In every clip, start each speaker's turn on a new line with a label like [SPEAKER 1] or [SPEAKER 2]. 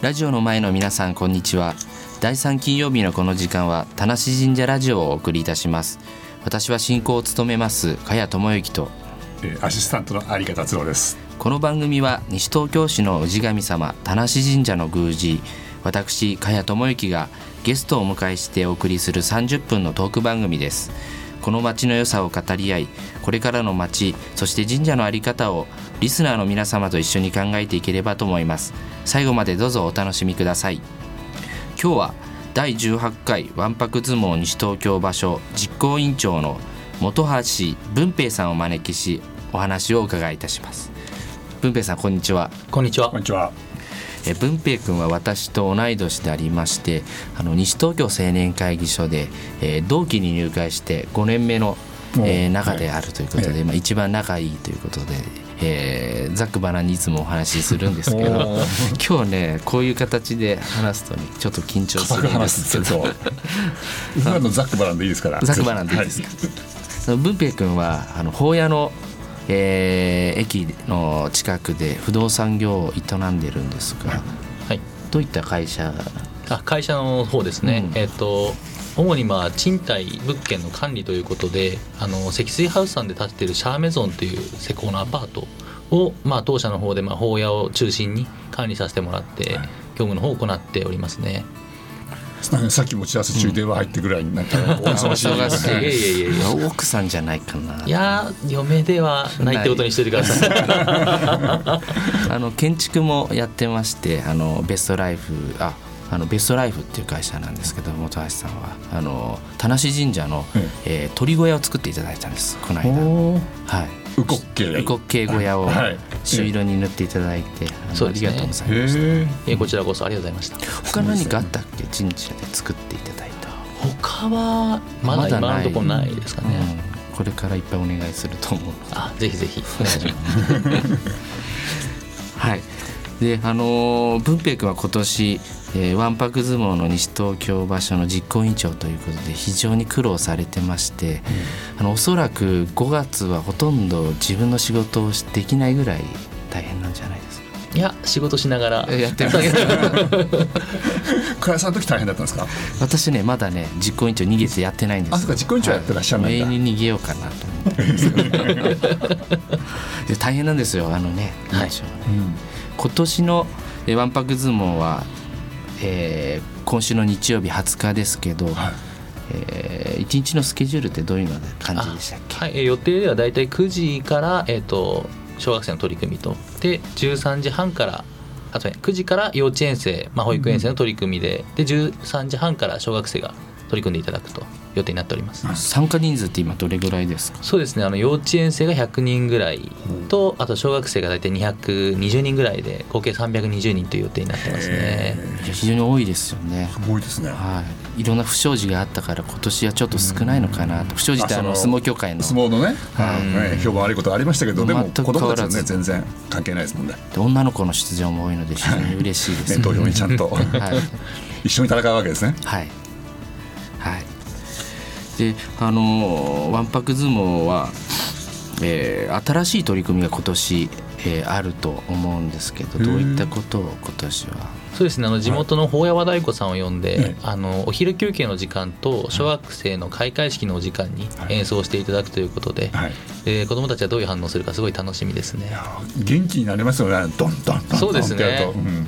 [SPEAKER 1] ラジオの前の皆さんこんにちは第3金曜日のこの時間は田無神社ラジオをお送りいたします私は進行を務めます茅智之と
[SPEAKER 2] えーアシスタントの有賀達郎です。
[SPEAKER 1] この番組は西東京市の氏神様田無神社の宮司私茅智之がゲストをお迎えしてお送りする30分のトーク番組ですこの町の良さを語り合いこれからの町そして神社の在り方をリスナーの皆様と一緒に考えていければと思います最後までどうぞお楽しみください今日は第18回わんぱく相撲西東京場所実行委員長の本橋文平さんをお招きしお話をお伺いいたします文平さんこんにちは
[SPEAKER 3] こんにちは
[SPEAKER 2] こん。にちは。
[SPEAKER 1] え文平君は私と同い年でありましてあの西東京青年会議所で、えー同期に入会して5年目の、
[SPEAKER 2] お
[SPEAKER 1] えー
[SPEAKER 2] はい
[SPEAKER 1] 中であるということで、
[SPEAKER 2] え
[SPEAKER 1] まあ、一番仲いいということで、えーざっくばらんにいつもお話しするんですけど
[SPEAKER 3] おー
[SPEAKER 1] 今日ねこういう形で話すとねちょっと緊張す
[SPEAKER 2] 固く
[SPEAKER 1] るんで
[SPEAKER 2] 話
[SPEAKER 1] す
[SPEAKER 2] す
[SPEAKER 1] け
[SPEAKER 2] け
[SPEAKER 1] ど
[SPEAKER 2] ど、今のザックバランでいいですから。
[SPEAKER 1] ザックバランでいいですかその文平君はあの宝屋の、えー駅の近くで不動産業を営んでるんですが
[SPEAKER 3] はい。
[SPEAKER 1] どういった会社
[SPEAKER 3] あ、会社の方ですね。
[SPEAKER 1] うん
[SPEAKER 3] えっ、と主にまあ賃貸物件の管理ということで、あの積水ハウスさんで建ててるシャーメゾンという施工のアパートをまあ当社の方でまあ法屋を中心に管理させてもらって、業務の方を行っておりますね。
[SPEAKER 2] はい。さっき持ち合わせ中電話入ってぐらいになん かお忙しい。
[SPEAKER 1] 忙しい
[SPEAKER 3] いやいやいやいや
[SPEAKER 1] 奥さんじゃないかない
[SPEAKER 3] やー嫁ではないってことにしといてくださ い。
[SPEAKER 1] あの建築もやってましてあのベストライフああのベストライフっていう会社なんですけど本橋さんはあの田無神社の、
[SPEAKER 2] うん
[SPEAKER 1] えー鳥小屋を作っていただいたんですこの間
[SPEAKER 2] おー
[SPEAKER 1] はい
[SPEAKER 2] ウコッケ。
[SPEAKER 1] 異国系小屋を
[SPEAKER 2] はい
[SPEAKER 1] 朱色に塗っていただいて、あの
[SPEAKER 3] そうですね
[SPEAKER 1] ありがとうございます
[SPEAKER 2] へ
[SPEAKER 3] えこちらこそありがとうございました。
[SPEAKER 1] 他何かあったっけ神社で作っていただいた、
[SPEAKER 3] 他はまだ今のところないですかね。
[SPEAKER 1] うんこれからいっぱいお願いすると思う
[SPEAKER 3] あ、ぜひぜひ お願いします。
[SPEAKER 1] はい。で、あのー文平君は今年、えー、わんぱく相撲の西東京場所の実行委員長ということで非常に苦労されてまして、あのおそらく5月はほとんど自分の仕事をできないぐらい大変なんじゃないですか。
[SPEAKER 3] いや仕事しながら
[SPEAKER 1] えやってるだけだ
[SPEAKER 2] え。倉井さんの時大変だったんですか。
[SPEAKER 1] 私ねまだね実行委員長逃げてやってないんですよ
[SPEAKER 2] あそうか実行委員長やってらっしゃらないんだ
[SPEAKER 1] はい、永遠に逃げようかなと思って ますで大変なんですよあのね、
[SPEAKER 3] はい
[SPEAKER 1] 何でしょうね今年のえーわんぱく相撲は、えー今週の日曜日20日ですけど、
[SPEAKER 2] はい。
[SPEAKER 1] え1日のスケジュールってどういうような感じでしたっけ
[SPEAKER 3] はい、えー予定ではだいたい9時から、えー、と小学生の取り組みとで13時半からあとね9時から幼稚園生、まあ、保育園生の取り組みで,、で13時半から小学生が取り組んでいただくと予定になっております、
[SPEAKER 1] 参加人数って今どれぐらいですか
[SPEAKER 3] そうですねあの幼稚園生が100人ぐらいと、あと小学生が大体220人ぐらいで合計320人という予定になってますね
[SPEAKER 1] いや非常に多いですよね
[SPEAKER 2] すごいですね。
[SPEAKER 1] はい、いろんな不祥事があったから今年はちょっと少ないのかなと不祥事ってあの
[SPEAKER 2] あそ
[SPEAKER 1] 相
[SPEAKER 2] の
[SPEAKER 1] 撲協会の
[SPEAKER 2] 相撲のね、はい評判悪いことありましたけど、でも
[SPEAKER 1] 全く
[SPEAKER 2] 子
[SPEAKER 1] 変
[SPEAKER 2] 供
[SPEAKER 1] わ
[SPEAKER 2] た
[SPEAKER 1] ら
[SPEAKER 2] ち
[SPEAKER 1] ず
[SPEAKER 2] はね全然関係ないですもんね。
[SPEAKER 1] で女の子の出場も多いので非常に嬉しいで
[SPEAKER 2] ね
[SPEAKER 1] す、
[SPEAKER 2] 投票にちゃんと
[SPEAKER 1] はい
[SPEAKER 2] 一緒に戦うわけですね。
[SPEAKER 1] はい。はい。で、あのーわんぱく相撲は、えー新しい取り組みが今年、えーあると思うんですけど、どういったことを今年は。
[SPEAKER 3] そうですねあの地元の法屋和太鼓さんを呼んで、
[SPEAKER 2] はい
[SPEAKER 3] あのお昼休憩の時間と小学生の開会式のお時間に
[SPEAKER 2] はい
[SPEAKER 3] 演奏していただくということで、
[SPEAKER 2] はい。
[SPEAKER 3] えー子どもたちはどういう反応するかすごい楽しみですね。
[SPEAKER 2] 元気になりますよね。ドンドンドン
[SPEAKER 3] そう
[SPEAKER 2] ドン
[SPEAKER 3] で
[SPEAKER 2] っ
[SPEAKER 3] す
[SPEAKER 2] てやる
[SPEAKER 3] ね
[SPEAKER 2] と。うん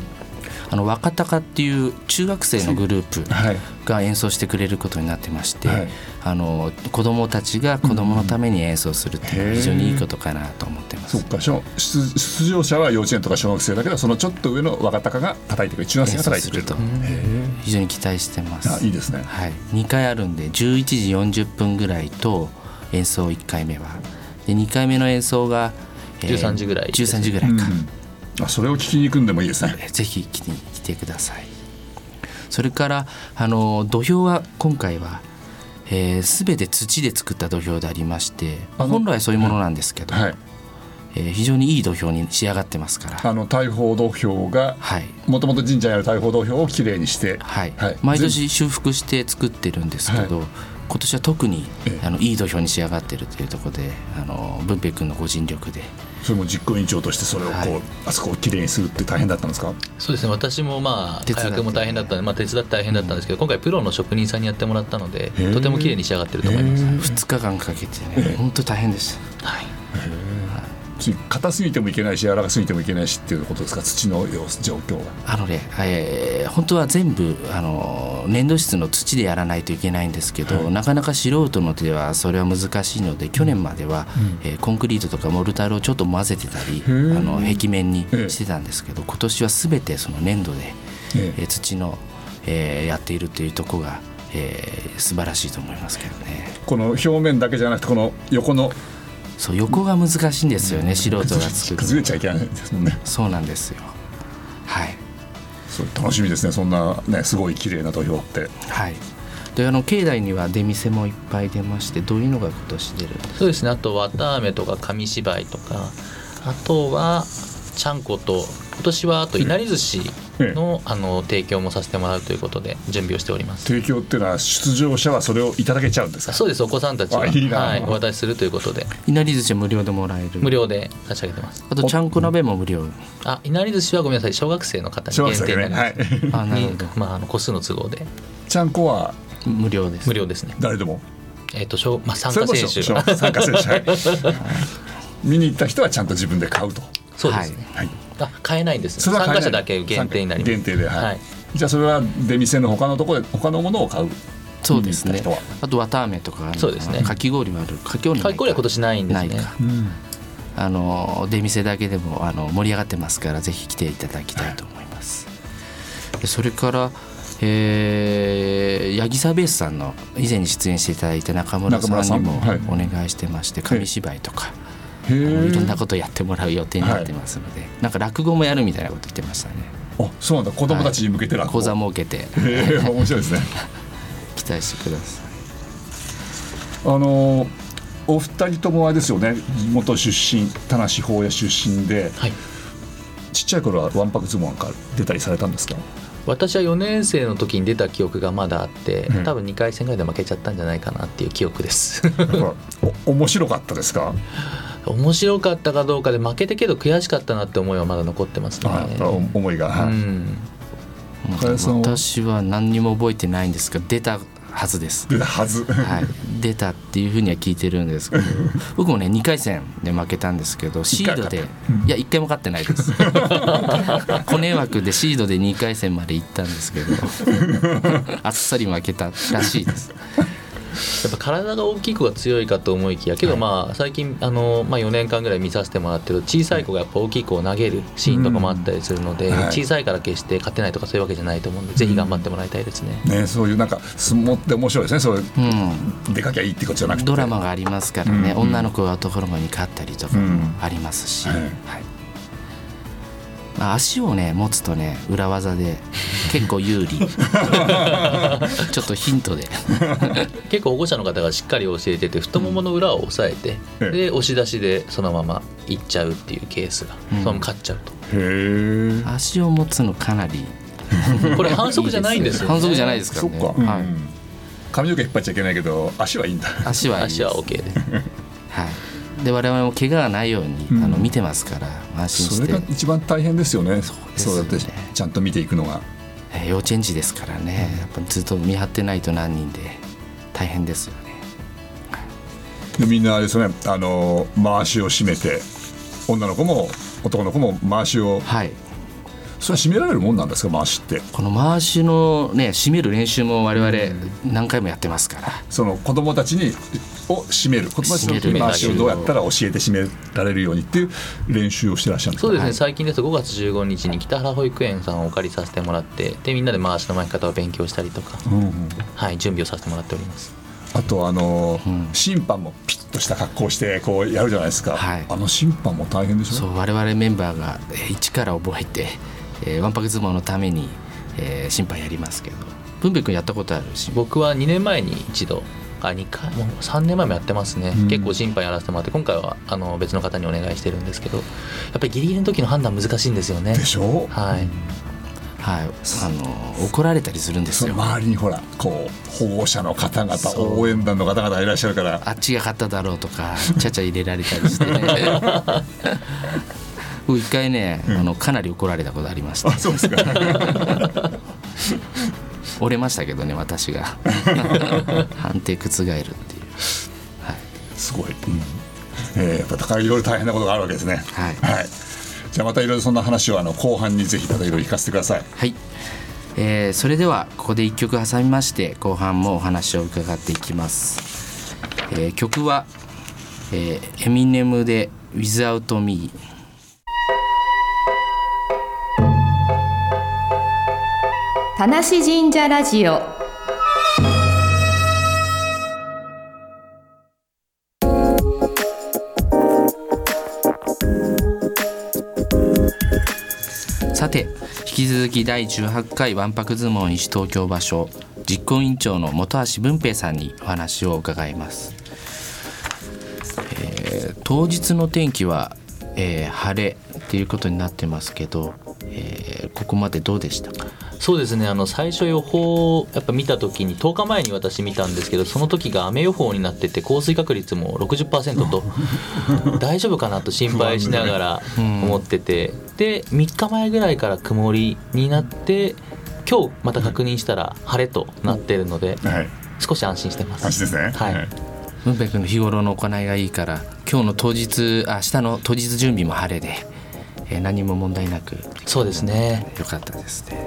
[SPEAKER 1] あの若鷹っていう中学生のグループ
[SPEAKER 2] はい。
[SPEAKER 1] が演奏してくれることになってまして、
[SPEAKER 2] はい
[SPEAKER 1] あの子供たちが子供のために演奏するっていうのは
[SPEAKER 2] うん
[SPEAKER 1] 非常にいいことかなと思ってま
[SPEAKER 2] そ
[SPEAKER 1] す
[SPEAKER 2] っ。かしょ出出場者は幼稚園とか小学生だけどそのちょっと上の若鷹が叩いてくれる中学生が叩いてくれると
[SPEAKER 1] 演奏非常に期待してます。
[SPEAKER 2] あいいですね
[SPEAKER 1] はい、2回あるんで11時40分ぐらいと演奏1回目はで2回目の演奏が、
[SPEAKER 3] 13時ぐらいです
[SPEAKER 1] 13時ぐらいか、
[SPEAKER 2] あそれを聞きに行くんでもいいですね
[SPEAKER 1] えーぜひ来て来てくださいそれからあの土俵は今回は、えー、全て土で作った土俵でありましてまあ本来そういうものなんですけど、
[SPEAKER 2] はい
[SPEAKER 1] えー非常にいい土俵に仕上がってますから
[SPEAKER 2] あの大砲土俵が
[SPEAKER 1] はい
[SPEAKER 2] もともと神社にある大砲土俵をきれいにして
[SPEAKER 1] はい、
[SPEAKER 2] はい
[SPEAKER 1] 毎年修復して作ってるんですけど、今年は特に
[SPEAKER 2] ええ
[SPEAKER 1] あのいい土俵に仕上がってるというところであの文平君のご尽力で
[SPEAKER 2] それも実行委員長としてそれをこう、
[SPEAKER 1] はい
[SPEAKER 2] あそこをきれいにするって大変だったんですか
[SPEAKER 3] そうですね私もまあ
[SPEAKER 1] 手伝って
[SPEAKER 3] 火薬も大変だったんで、まあ、手伝って大変だったんですけど、今回プロの職人さんにやってもらったので
[SPEAKER 2] へえ
[SPEAKER 3] とても綺麗に仕上がってると思います、
[SPEAKER 1] 2日間かけてね本当大変でした
[SPEAKER 3] はい、
[SPEAKER 2] つい硬すぎてもいけないし柔らかすぎてもいけないしっていうことですか土の様子状況が
[SPEAKER 1] あのね、えー本当は全部あの粘土質の土でやらないといけないんですけど、なかなか素人の手ではそれは難しいので去年までは、えーコンクリートとかモルタルをちょっと混ぜてたりあ
[SPEAKER 2] ー
[SPEAKER 1] の壁面にしてたんですけど今年は全てその粘土で、
[SPEAKER 2] ええ
[SPEAKER 1] えー土の、えーやっているというところが、えー素晴らしいと思いますけどね。
[SPEAKER 2] この表面だけじゃなくてこの横の
[SPEAKER 1] そう横が難しいんですよね素人が作
[SPEAKER 2] 崩
[SPEAKER 1] る
[SPEAKER 2] れちゃいけないですもんね
[SPEAKER 1] そうなんですよはい
[SPEAKER 2] それ楽しみですねそんなねすごい綺麗な土俵って
[SPEAKER 1] はい。であの境内には出店もいっぱい出ましてどういうのが今年出るんです
[SPEAKER 3] そうですねあと綿あめとか紙芝居とかあとはちゃんこと今年はあといなり寿司の,、あの提供もさせてもらうということで準備をしております
[SPEAKER 2] 提供っていうのは出場者はそれをいただけちゃうんですか
[SPEAKER 3] そうですお子さんたちは
[SPEAKER 2] あいいな
[SPEAKER 3] はい、お渡しするということで
[SPEAKER 1] いなり寿司は無料でもらえる。
[SPEAKER 3] 無。料で差し上げてます
[SPEAKER 1] あとちゃんこ鍋も無料。
[SPEAKER 3] あいなり寿司はごめんなさい小学生の方に
[SPEAKER 2] 小学生
[SPEAKER 3] 限定
[SPEAKER 2] で
[SPEAKER 3] に
[SPEAKER 2] ね
[SPEAKER 3] なりま
[SPEAKER 2] は
[SPEAKER 1] あな
[SPEAKER 2] い
[SPEAKER 3] す、
[SPEAKER 1] るほ
[SPEAKER 3] に
[SPEAKER 1] ど。
[SPEAKER 3] まあ、あの個数の都合で
[SPEAKER 2] ちゃんこは
[SPEAKER 1] 無料です。
[SPEAKER 3] 無料ですね
[SPEAKER 2] 誰でも
[SPEAKER 3] えっ、と小、まあ、参
[SPEAKER 2] そ
[SPEAKER 3] 加
[SPEAKER 2] れも
[SPEAKER 3] 選
[SPEAKER 2] しょし
[SPEAKER 3] 手
[SPEAKER 2] ょ参加選手はい見に行った人はちゃんと自分で買うと
[SPEAKER 3] そうですね、
[SPEAKER 2] はい
[SPEAKER 3] あ買えないんですね
[SPEAKER 2] それは
[SPEAKER 3] 参
[SPEAKER 2] 買え
[SPEAKER 3] 加
[SPEAKER 2] ない
[SPEAKER 3] 者だけ限定になります
[SPEAKER 2] 限定ではい、
[SPEAKER 3] はい
[SPEAKER 2] じゃあそれは出店の他のところで他のものを買う
[SPEAKER 1] そうです
[SPEAKER 2] 見
[SPEAKER 1] ね
[SPEAKER 2] に行った人は。
[SPEAKER 1] あと綿あめとかあるのかな
[SPEAKER 3] そうですね
[SPEAKER 1] かき氷もある。かき氷ない
[SPEAKER 3] かき氷は今年ないんですね
[SPEAKER 1] ないか。あの出店だけでもあの盛り上がってますからぜひ来ていただきたいと思います。でそれから。えー、八木サベースさんの以前に出演していただいた中村さんにも
[SPEAKER 2] 中村さん
[SPEAKER 1] お願いしてまして紙芝居とかあ
[SPEAKER 2] へ
[SPEAKER 1] のいろん
[SPEAKER 2] え
[SPEAKER 1] なことやってもらう予定になってますので、なんか落語もやるみたいなこと言ってましたね
[SPEAKER 2] あそうなんだ子供たちに向けて落語
[SPEAKER 1] 講座設けて
[SPEAKER 2] へえ面白いですね
[SPEAKER 1] 期待してください
[SPEAKER 2] あのお二人ともあれですよね地元出身田無法屋出身で
[SPEAKER 3] はい
[SPEAKER 2] ちっちゃい頃はわんぱく相撲なんか出たりされたんですか
[SPEAKER 3] 私は4年生の時に出た記憶がまだあって、
[SPEAKER 2] うん
[SPEAKER 3] 多分2回戦ぐらいで負けちゃったんじゃないかなっていう記憶です
[SPEAKER 2] やっぱお面白かったですか
[SPEAKER 3] 面白かったかどうかで負けてけど悔しかったなって思いはまだ残ってますね
[SPEAKER 2] あやっぱ思いが、
[SPEAKER 3] う
[SPEAKER 2] はい
[SPEAKER 3] ん
[SPEAKER 2] 加谷さんは
[SPEAKER 1] 私は何にも覚えてないんですが出たはずです、
[SPEAKER 2] 出たはず、
[SPEAKER 1] はい、出たっていうふうには聞いてるんですけ ど僕もね2回戦で負けたんですけどシードで
[SPEAKER 2] 一回
[SPEAKER 1] いや1回も勝ってないです コネ枠でシードで2回戦まで行ったんですけどあっさり負けたらしいです
[SPEAKER 3] やっぱ体が大きい子が強いかと思いきやけどまあ最近あの、まあ、4年間ぐらい見させてもらってる小さい子がやっぱ大きい子を投げるシーンとかもあったりするので、
[SPEAKER 2] うんはい
[SPEAKER 3] 小さいから決して勝てないとかそういうわけじゃないと思うんでぜひ頑張ってもらいたいですね。
[SPEAKER 2] ね、そういうなんか相撲って面白いですねそういう
[SPEAKER 1] うん
[SPEAKER 2] 出かけゃいいってことじゃなくて
[SPEAKER 1] ドラマがありますからね、
[SPEAKER 2] うん
[SPEAKER 1] 女の子が男の子に勝ったりとかもありますし、
[SPEAKER 2] うん
[SPEAKER 1] はいまあ、足をね持つとね裏技で結構有 利ちょっとヒントで
[SPEAKER 3] 結構保護者の方がしっかり教えてて太ももの裏を押さえて、
[SPEAKER 2] うん
[SPEAKER 3] で押し出しでそのまま行っちゃうっていうケースが、
[SPEAKER 1] うん
[SPEAKER 3] そのまま勝っちゃうと
[SPEAKER 2] へえ
[SPEAKER 1] 足を持つのかなり
[SPEAKER 3] これ反則じゃないんですよ、ね、
[SPEAKER 1] 反則じゃないですか
[SPEAKER 2] そ
[SPEAKER 1] ら
[SPEAKER 2] っ
[SPEAKER 1] ね
[SPEAKER 2] か、
[SPEAKER 1] は
[SPEAKER 2] う
[SPEAKER 1] い
[SPEAKER 2] ん髪の毛引っ張っちゃいけないけど足はいいんだ
[SPEAKER 1] 足はいいです
[SPEAKER 3] 足は OK で
[SPEAKER 1] はい、で我々も怪我がないように、
[SPEAKER 2] うん
[SPEAKER 1] あの見てますから安
[SPEAKER 2] そ
[SPEAKER 1] 心し
[SPEAKER 2] れ
[SPEAKER 1] て
[SPEAKER 2] が、一番大変ですよねそう
[SPEAKER 1] ですよね
[SPEAKER 2] やってちゃんと見ていくのが
[SPEAKER 1] えー幼稚園児ですからねやっぱずっと見張ってないと何人で大変ですよね
[SPEAKER 2] でみんなあれですよねあの回しを締めて女の子も男の子も回しを
[SPEAKER 1] はい
[SPEAKER 2] それは締められるもんなんですか回しって
[SPEAKER 1] この回しのね締める練習も我々何回もやってますから、
[SPEAKER 2] その子供たちにを締める子供たち
[SPEAKER 1] 締める
[SPEAKER 2] の回しをどうやったら教えて締められるようにっていう練習をしてらっしゃるんです
[SPEAKER 3] そう
[SPEAKER 2] か
[SPEAKER 3] ですね、
[SPEAKER 1] はい
[SPEAKER 3] 最近ですと5月15日に北原保育園さんをお借りさせてもらってでみんなで回しの巻き方を勉強したりとか、
[SPEAKER 2] うんうん
[SPEAKER 3] はい、準備をさせてもらっております
[SPEAKER 2] あとあの、
[SPEAKER 1] うん
[SPEAKER 2] 審判もピッとした格好をしてこうやるじゃないですか、
[SPEAKER 1] はい
[SPEAKER 2] あの審判も大変でし
[SPEAKER 1] そ
[SPEAKER 2] ょ
[SPEAKER 1] う我々メンバーがえー一から覚えて、えー、わんぱく相撲のために、えー、審判やりますけど文平君やったことあるし
[SPEAKER 3] 僕は2年前に一度あ2回もう3年前もやってますね、
[SPEAKER 2] うん
[SPEAKER 3] 結構審判やらせてもらって今回はあの別の方にお願いしてるんですけどやっぱりギリギリの時の判断難しいんですよね
[SPEAKER 2] でしょ
[SPEAKER 3] はい、
[SPEAKER 1] はい、あの怒られたりするんです
[SPEAKER 2] その
[SPEAKER 1] よ。
[SPEAKER 2] 周りにほらこう保護者の方々
[SPEAKER 1] そう
[SPEAKER 2] 応援団の方々がいらっしゃるから
[SPEAKER 1] あっちが勝っただろうとかちゃちゃ入れられたりして 僕一回ね、あのかなり怒られたことありました
[SPEAKER 2] あそうですか
[SPEAKER 1] 折れましたけどね私が判定覆るっていうはい、
[SPEAKER 2] すごい、うんえーやっぱだからいろいろ大変なことがあるわけですね
[SPEAKER 1] はい
[SPEAKER 2] じゃあまたいろいろそんな話をあの後半にぜひまたいろいろ聞かせてください
[SPEAKER 1] はいえーそれではここで一曲挟みまして後半もお話を伺っていきます、えー曲は、えーエミネムで「Without Me」
[SPEAKER 4] 田無神社ラジオ
[SPEAKER 1] さて引き続き第18回わんぱく相撲西東京場所実行委員長の本橋文平さんにお話を伺います、えー当日の天気は、えー晴れっていうことになってますけど、えーここまでどうでしたか
[SPEAKER 3] そうですねあの最初予報をやっぱ見た時に10日前に私見たんですけどその時が雨予報になってて降水確率も60%と 大丈夫かなと心配しながら思っててで3日前ぐらいから曇りになって今日また確認したら晴れとなってるので
[SPEAKER 2] はい
[SPEAKER 3] 少し安心してます。
[SPEAKER 2] 安心ですね
[SPEAKER 3] はい
[SPEAKER 1] 文平君の日頃の行いがいいから今日の当日あ明日の当日準備も晴れで、えー何も問題なく
[SPEAKER 3] そうですね
[SPEAKER 1] 良かったですね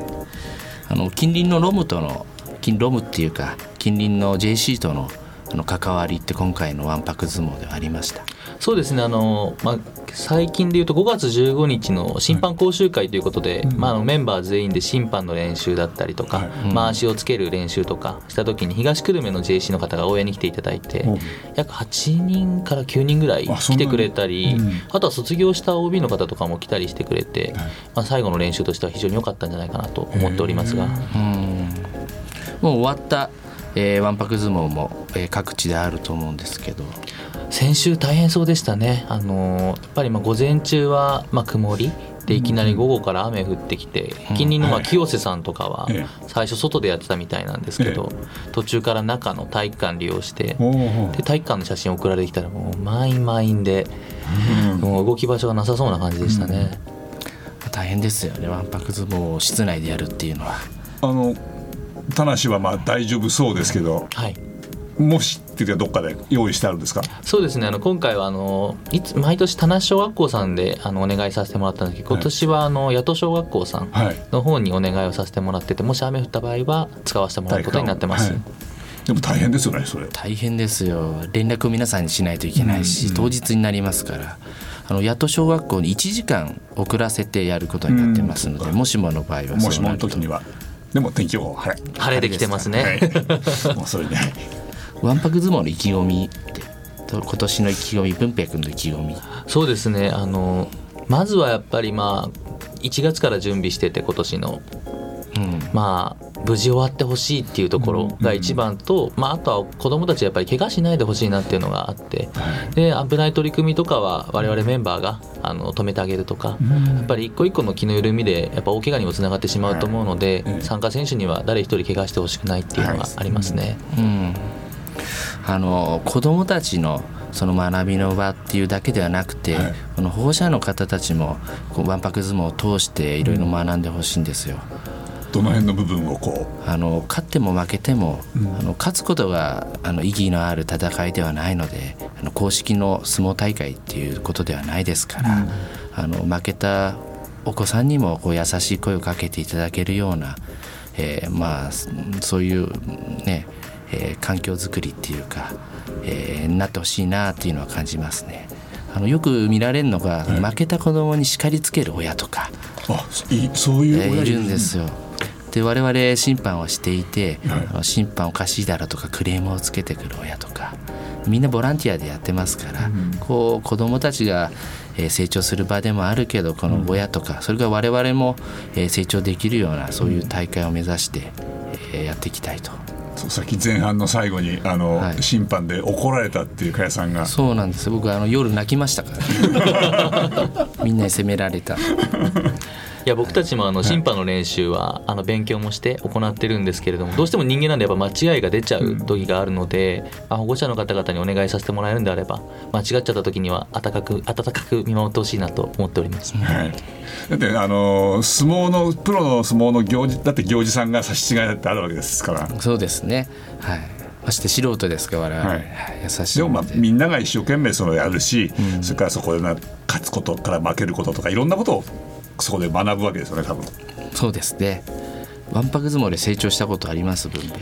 [SPEAKER 1] あの近隣のロムとの近ロムっていうか近隣の JC とのあの関わりって今回のわんぱく相撲ではありました
[SPEAKER 3] そうですねあの、まあ、最近でいうと5月15日の審判講習会ということで、まあ、あのメンバー全員で審判の練習だったりとか、まあ、足をつける練習とかした時に東久留米の JC の方が応援に来ていただいて
[SPEAKER 2] うん
[SPEAKER 3] 約8人から9人ぐらい
[SPEAKER 2] あそんな
[SPEAKER 3] 来て
[SPEAKER 2] に
[SPEAKER 3] くれたりあ,、
[SPEAKER 2] うん
[SPEAKER 3] とは卒業した OB の方とかも来たりしてくれて、まあ、最後の練習としては非常に良かったんじゃないかなと思っておりますが。
[SPEAKER 1] もう終わったえーわんぱく相撲も、えー各地であると思うんですけど
[SPEAKER 3] 先週大変そうでしたね、あのーやっぱりまあ午前中はまあ曇りでいきなり午後から雨降ってきて、近隣のまあ清瀬さんとかは
[SPEAKER 2] え
[SPEAKER 3] 最初外でやってたみたいなんですけど、途中から中の体育館利用して、
[SPEAKER 2] おー
[SPEAKER 3] で体育館の写真送られてきたらもう満員満員で、もう動き場所がなさそうな感じでしたね、
[SPEAKER 1] 大変ですよねわんぱく相撲を室内でやるっていうのは
[SPEAKER 2] あの田無はまあ大丈夫そうですけど
[SPEAKER 3] はい
[SPEAKER 2] もしっていうかどっかで用意してあるんですか
[SPEAKER 3] そうですねあの今回はあのいつ毎年田無小学校さんであのお願いさせてもらったんですけど今年はあの八戸小学校さん
[SPEAKER 2] はい
[SPEAKER 3] の方にお願いをさせてもらっててもし雨降った場合は使わせてもらうことになってます、
[SPEAKER 2] はいでも大変ですよねそれ
[SPEAKER 1] 大変ですよ連絡を皆さんにしないといけないし、当日になりますからあのやっと小学校に1時間遅らせてやることになってますので、もしもの場合は
[SPEAKER 2] も
[SPEAKER 1] そ
[SPEAKER 2] し
[SPEAKER 1] う
[SPEAKER 2] も
[SPEAKER 1] なる
[SPEAKER 2] の
[SPEAKER 1] と
[SPEAKER 2] 時にはでも天気予報晴れ
[SPEAKER 3] 晴れてきてますね
[SPEAKER 2] はい、もうそれね
[SPEAKER 1] わんぱく相撲の意気込みってと今年の意気込み文平君の意気込み
[SPEAKER 3] そうですねあのまずはやっぱりまあ1月から準備してて今年の
[SPEAKER 1] うん
[SPEAKER 3] まあ無事終わってほしいっていうところが一番と、まあ、あとは子どもたちやっぱり怪我しないでほしいなっていうのがあって、で危ない取り組みとかは我々メンバーがあの止めてあげるとか、やっぱり一個一個の気の緩みでやっぱ大怪我にもつながってしまうと思うので、
[SPEAKER 2] はいええ
[SPEAKER 3] 参加選手には誰一人怪我してほしくないっていうのがありますね。
[SPEAKER 1] うん、あの子どもたちのその学びの場っていうだけではなくて、
[SPEAKER 2] はい
[SPEAKER 1] この保護者の方たちもこうわんぱく相撲を通していろいろ学んでほしいんですよ。
[SPEAKER 2] どの辺の部分をこ
[SPEAKER 1] あの勝っても負けても、あの勝つことがあの意義のある戦いではないのであの公式の相撲大会っていうことではないですから、あの負けたお子さんにもこう優しい声をかけていただけるような、えーまあそそういうね、えー環境づくりっていうか、えーなってほしいなっていうのは感じますね。あのよく見られるのが、負けた子供に叱りつける親とか、
[SPEAKER 2] うあいいそういう
[SPEAKER 1] えー
[SPEAKER 2] 親
[SPEAKER 1] い
[SPEAKER 2] 父
[SPEAKER 1] るんですよ。で我々審判をしていて、
[SPEAKER 2] はい
[SPEAKER 1] あの審判おかしいだろとかクレームをつけてくる親とかみんなボランティアでやってますから、こう子どもたちが、えー成長する場でもあるけどこの親とか、それから我々も、えー成長できるようなそういう大会を目指して、えーやっていきたいと
[SPEAKER 2] そうさっき前半の最後にあの、
[SPEAKER 1] はい
[SPEAKER 2] 審判で怒られたっていう加谷さんが
[SPEAKER 1] そうなん です僕あの夜泣きましたからみんなに責められた
[SPEAKER 3] いや僕たちもあの審判の練習はあの勉強もして行ってるんですけれどもどうしても人間なんでやっぱ間違いが出ちゃう時があるので、まあ、保護者の方々にお願いさせてもらえるんであれば間違っちゃった時には温かく温かく見守ってほしいなと思っております。
[SPEAKER 2] はい、だってあの相撲のプロの相撲の行事だって行司さんが差し違いだってあるわけですから
[SPEAKER 1] そうですねはいまして素人ですから我々、
[SPEAKER 2] はい
[SPEAKER 1] はい優しい
[SPEAKER 2] でもまあ
[SPEAKER 1] ので
[SPEAKER 2] みんなが一生懸命そのやるし、それからそこでな勝つことから負けることとかいろんなことをそこで学ぶわけですよね多分
[SPEAKER 1] そうですねわんぱく相撲で成長したことあります文平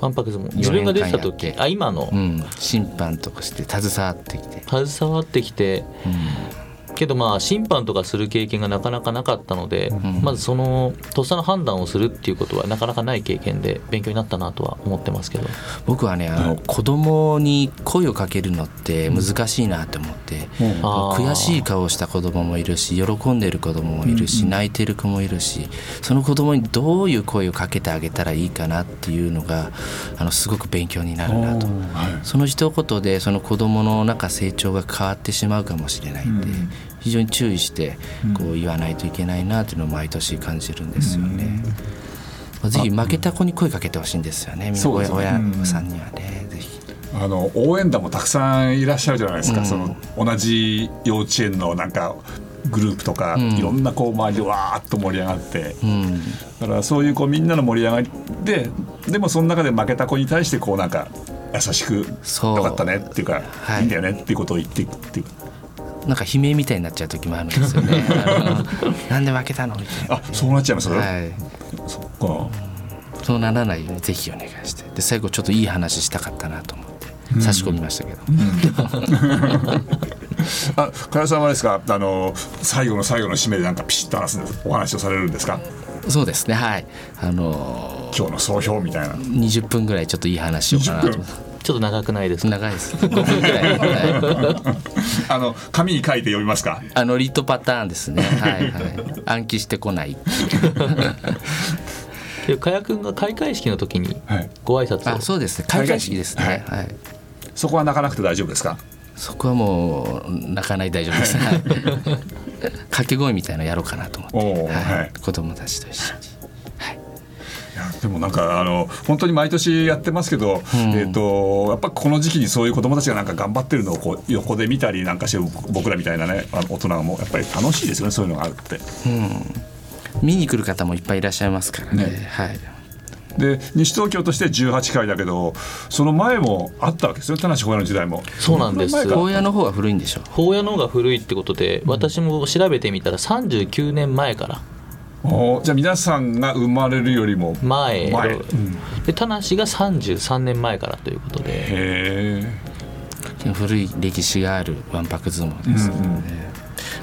[SPEAKER 3] わんぱく相撲自分が出てた
[SPEAKER 1] 四年間や
[SPEAKER 3] 時
[SPEAKER 1] って
[SPEAKER 3] あ今の
[SPEAKER 1] うん審判とかして携わってきて、
[SPEAKER 3] 携わってきてけどまあ審判とかする経験がなかなかなかったので、まずそのとっさの判断をするっていうことはなかなかない経験で勉強になったなとは思ってますけど
[SPEAKER 1] 僕はねあの、子供に声をかけるのって難しいなと思って、
[SPEAKER 3] あー
[SPEAKER 1] 悔しい顔をした子供もいるし喜んでる子供もいるし、泣いてる子もいるしその子供にどういう声をかけてあげたらいいかなっていうのがあのすごく勉強になるなと。その一言でその子供の中成長が変わってしまうかもしれないんで、非常に注意してこう言わないといけないなというのを毎年感じるんですよね。ぜひ負けた子に声かけてほしいんですよね。みんな
[SPEAKER 2] そうで
[SPEAKER 1] 親
[SPEAKER 2] すね
[SPEAKER 1] 親
[SPEAKER 2] うん
[SPEAKER 1] さんにはね、ぜひ。
[SPEAKER 2] あの応援団もたくさんいらっしゃるじゃないですか、その同じ幼稚園のなんかグループとか、いろんなこう周りでわーっと盛り上がって、
[SPEAKER 1] うん、
[SPEAKER 2] だからそういうこうみんなの盛り上がりででもその中で負けた子に対してこうなんか優しく
[SPEAKER 1] そう
[SPEAKER 2] よかったねっていうか、
[SPEAKER 1] はい
[SPEAKER 2] い、いんだよねっていうことを言っていくっていう
[SPEAKER 1] なんか悲鳴みたいになっちゃう時もあるんですよ ね。あのなんで負けたのみたいな。
[SPEAKER 2] あそうなっちゃいます、
[SPEAKER 1] はい。
[SPEAKER 2] そっか
[SPEAKER 1] そうならないようにぜひお願いして。で最後ちょっといい話したかったなと思って差し込みましたけど。
[SPEAKER 2] あ加谷さんはあれですかあの最後の最後の締めでなんかピシッと話すんですお話をされるんですか
[SPEAKER 1] そうですね。はい。あの
[SPEAKER 2] 今日の総評みたいな
[SPEAKER 1] ー、20分ぐらいちょっといい話しようかなと思って。
[SPEAKER 3] ちょっと長くないですか
[SPEAKER 1] 長いです。5分ぐらい。はい
[SPEAKER 2] あの紙に書いて読みますか
[SPEAKER 1] あのリットパターンです ね。はいはい。暗記してこない。
[SPEAKER 3] で加谷君が開会式の時に
[SPEAKER 2] はい
[SPEAKER 3] ご挨拶 を、
[SPEAKER 1] あ、そうですね。開会式ですね。はい。
[SPEAKER 2] そこは泣かなくて大丈夫ですか
[SPEAKER 1] そこはもう泣かない大丈夫です。はい 掛け声みたいなのやろうかなと思って。
[SPEAKER 2] おー
[SPEAKER 1] は
[SPEAKER 2] はいい。
[SPEAKER 1] 子供たちと一緒に。
[SPEAKER 2] いやでもなんかあの本当に毎年やってますけど、えっ、とやっぱこの時期にそういう子どもたちがなんか頑張ってるのをこう横で見たりなんかして僕らみたいなねあの大人もやっぱり楽しいですよねそういうのがあるって。
[SPEAKER 1] 見に来る方もいっぱいいらっしゃいますからね。
[SPEAKER 2] ね
[SPEAKER 1] はい。
[SPEAKER 2] で西東京として18回だけどその前もあったわけですよ田無小屋の時代も。
[SPEAKER 3] そうなんです
[SPEAKER 2] その前か
[SPEAKER 1] 荒野の方は古いんでしょう。
[SPEAKER 3] 法屋の方が古いってことで私も調べてみたら39年前から
[SPEAKER 2] おーじゃあ皆さんが生まれるよりも
[SPEAKER 3] 前
[SPEAKER 2] 前
[SPEAKER 3] で田無が33年前からということで
[SPEAKER 2] へ
[SPEAKER 1] 古い歴史があるわんぱく相撲ですので、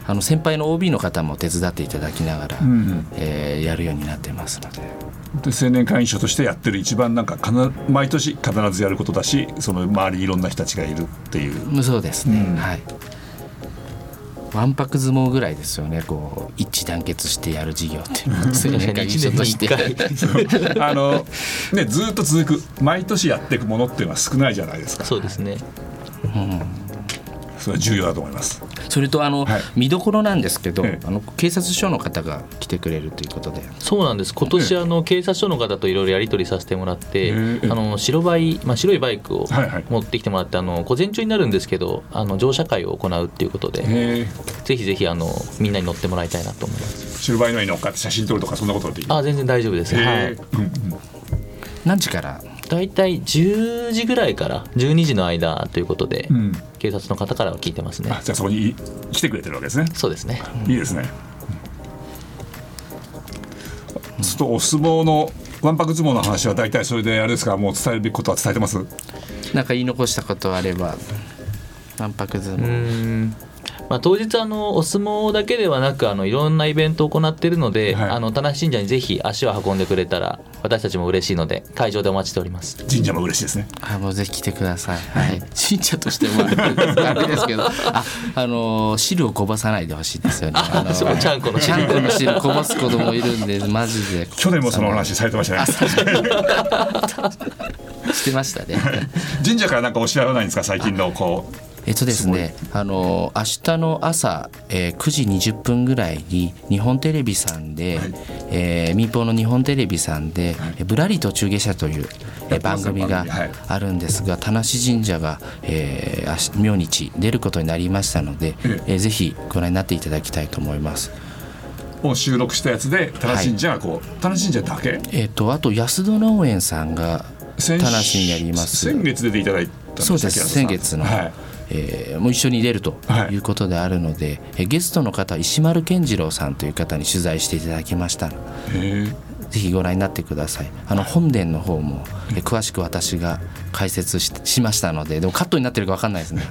[SPEAKER 1] あの先輩の OB の方も手伝っていただきながら、
[SPEAKER 2] ん
[SPEAKER 1] えーやるようになってますので
[SPEAKER 2] え青年会員賞としてやってる一番なんかかな毎年必ずやることだしその周りにいろんな人たちがいるっていう
[SPEAKER 1] うんそうですね、
[SPEAKER 2] うん
[SPEAKER 1] はいわんぱく相撲ぐらいですよねこう一致団結してやる事業っていうの は
[SPEAKER 3] 確かに1年に1 回
[SPEAKER 2] あのねずっと続く毎年やっていくものっていうのは少ないじゃないですか
[SPEAKER 3] そうですね
[SPEAKER 2] それは重要だと思います
[SPEAKER 1] それとあの、
[SPEAKER 2] はい
[SPEAKER 1] 見どころなんですけど、
[SPEAKER 2] ええ
[SPEAKER 1] あの警察署の方が来てくれるということで
[SPEAKER 3] そうなんです今年あの警察署の方といろいろやり取りさせてもらって、
[SPEAKER 2] ええ
[SPEAKER 3] あの白バイ、まあ、白いバイクを
[SPEAKER 2] はいはい
[SPEAKER 3] 持ってきてもらって、あの午前中になるんですけどあの乗車会を行うっていうことで、
[SPEAKER 2] へえ
[SPEAKER 3] ぜひぜひあのみんなに乗ってもらいたいなと思います
[SPEAKER 2] 白バイの上に乗っかって写真撮るとかそんなことできる
[SPEAKER 3] あ全然大丈夫です、はい
[SPEAKER 2] へえ、
[SPEAKER 1] 何時から
[SPEAKER 3] 大体10時ぐらいから12時の間ということで、
[SPEAKER 2] うん
[SPEAKER 3] 警察の方からは聞いてますね
[SPEAKER 2] あじゃあそこに来てくれてるわけですね
[SPEAKER 3] そうですね
[SPEAKER 2] いいですねちょっとお相撲のわんぱく相撲の話は大体それであれですかもう伝えるべきことは伝えてます
[SPEAKER 1] なんか言い残したことあればわんぱく相撲、
[SPEAKER 3] うんまあ、当日あのお相撲だけではなくあのいろんなイベントを行っているので、
[SPEAKER 2] はい
[SPEAKER 3] あの田無神社にぜひ足を運んでくれたら私たちも嬉しいので会場でお待ちしております
[SPEAKER 2] 神社も嬉しいですね
[SPEAKER 1] あもうぜひ来てください。はい、神社としてもあれですけど、あ、あのー汁をこぼさないでほしいですよね。あのー
[SPEAKER 3] そうちゃんこの汁
[SPEAKER 1] ちゃんこの汁こぼす子供いるんで、マジで。
[SPEAKER 2] 去年もそのお話されてましたね
[SPEAKER 1] してましたね。
[SPEAKER 2] 神社からなんかお知らせはないんですか最近のこう
[SPEAKER 1] えっとですねあの明日の朝、えー9時20分ぐらいに日本テレビさんで、
[SPEAKER 2] はい
[SPEAKER 1] えー民放の日本テレビさんで「えーぶらり途中下車」という、えー
[SPEAKER 2] やってま
[SPEAKER 1] 番
[SPEAKER 2] すね
[SPEAKER 1] 組が
[SPEAKER 2] 番組はい
[SPEAKER 1] あるんですが田無神社が、えーあし明日出ることになりましたので、
[SPEAKER 2] え
[SPEAKER 1] えーぜひご覧になっていただきたいと思います。
[SPEAKER 2] を収録したやつで田中神社がこう、田中神社だけ
[SPEAKER 1] えっとあと安戸農園さんが田
[SPEAKER 2] 先
[SPEAKER 1] 無にあります
[SPEAKER 2] 先月出ていただいたんで
[SPEAKER 1] そうです
[SPEAKER 2] したっけ
[SPEAKER 1] 先月の、
[SPEAKER 2] はい
[SPEAKER 1] えーもう一緒に出ると
[SPEAKER 2] はい
[SPEAKER 1] いうことであるので、えーゲストの方石丸健次郎さんという方に取材していただきました
[SPEAKER 2] へえ
[SPEAKER 1] ぜひご覧になってくださいあの本殿の方も、えー詳しく私が解説ししましたのででもカットになってるか分かんないですね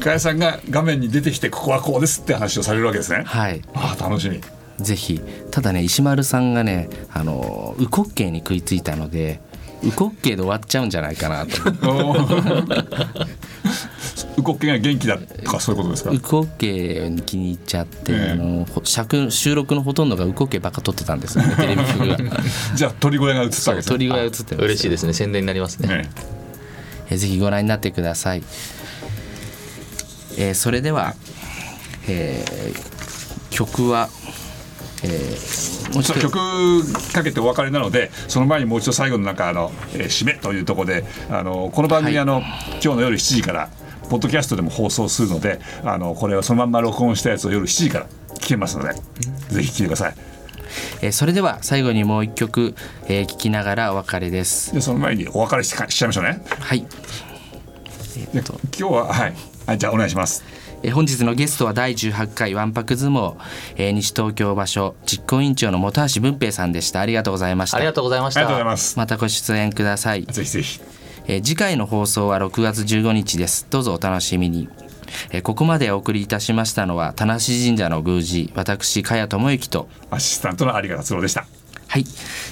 [SPEAKER 2] 加谷さんが画面に出てきてここはこうですって話をされるわけですね、
[SPEAKER 1] はい
[SPEAKER 2] ああ楽しみ
[SPEAKER 1] ぜひただね石丸さんがねあのウコッケイに食いついたのでウコッケイで終わっちゃうんじゃないかな と
[SPEAKER 2] おー うこっけが元気だとかそういうことですか
[SPEAKER 1] ウコッケイに気に入っちゃって、
[SPEAKER 2] ええ
[SPEAKER 1] あのほ尺収録のほとんどがウコッケイばっか撮ってたんですよねテレビ局が。
[SPEAKER 2] じゃあ鳥小屋が映ったわけですね
[SPEAKER 1] 鳥が映ってます
[SPEAKER 3] 嬉しいですね宣伝になりますね、
[SPEAKER 2] ね
[SPEAKER 1] えーぜひご覧になってください、えーそれでは、えー曲は、えーもう一
[SPEAKER 2] そう
[SPEAKER 1] 度
[SPEAKER 2] 曲かけてお別れなのでその前にもう一度最後のなんかあの、えー締めというところであのこの番組、
[SPEAKER 1] はい
[SPEAKER 2] あの今日の夜7時からポッドキャストでも放送するのであのこれをそのまんま録音したやつを夜7時から聞けますので、ぜひ聞いてください
[SPEAKER 1] えーそれでは最後にもう一曲、えー聴きながらお別れです
[SPEAKER 2] でその前にお別れしかしちゃいましょうね
[SPEAKER 1] はい、
[SPEAKER 2] で今日ははい、はい、じゃあお願いします
[SPEAKER 1] えー本日のゲストは第18回わんぱく相撲、えー西東京場所実行委員長の本橋文平さんでしたありがとうございました
[SPEAKER 3] ありがとうございまし
[SPEAKER 2] あ
[SPEAKER 3] た
[SPEAKER 2] りがとうございます
[SPEAKER 1] またご出演ください
[SPEAKER 2] ぜひぜひ
[SPEAKER 1] えー次回の放送は6月15日ですどうぞお楽しみに、えーここまでお送りいたしましたのは田無神社の宮司私加谷智之と
[SPEAKER 2] アシスタントの有賀達郎でした
[SPEAKER 1] はい、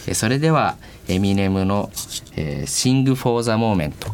[SPEAKER 1] えーそれではエミネムの「シング・フォー・ザ・モーメント」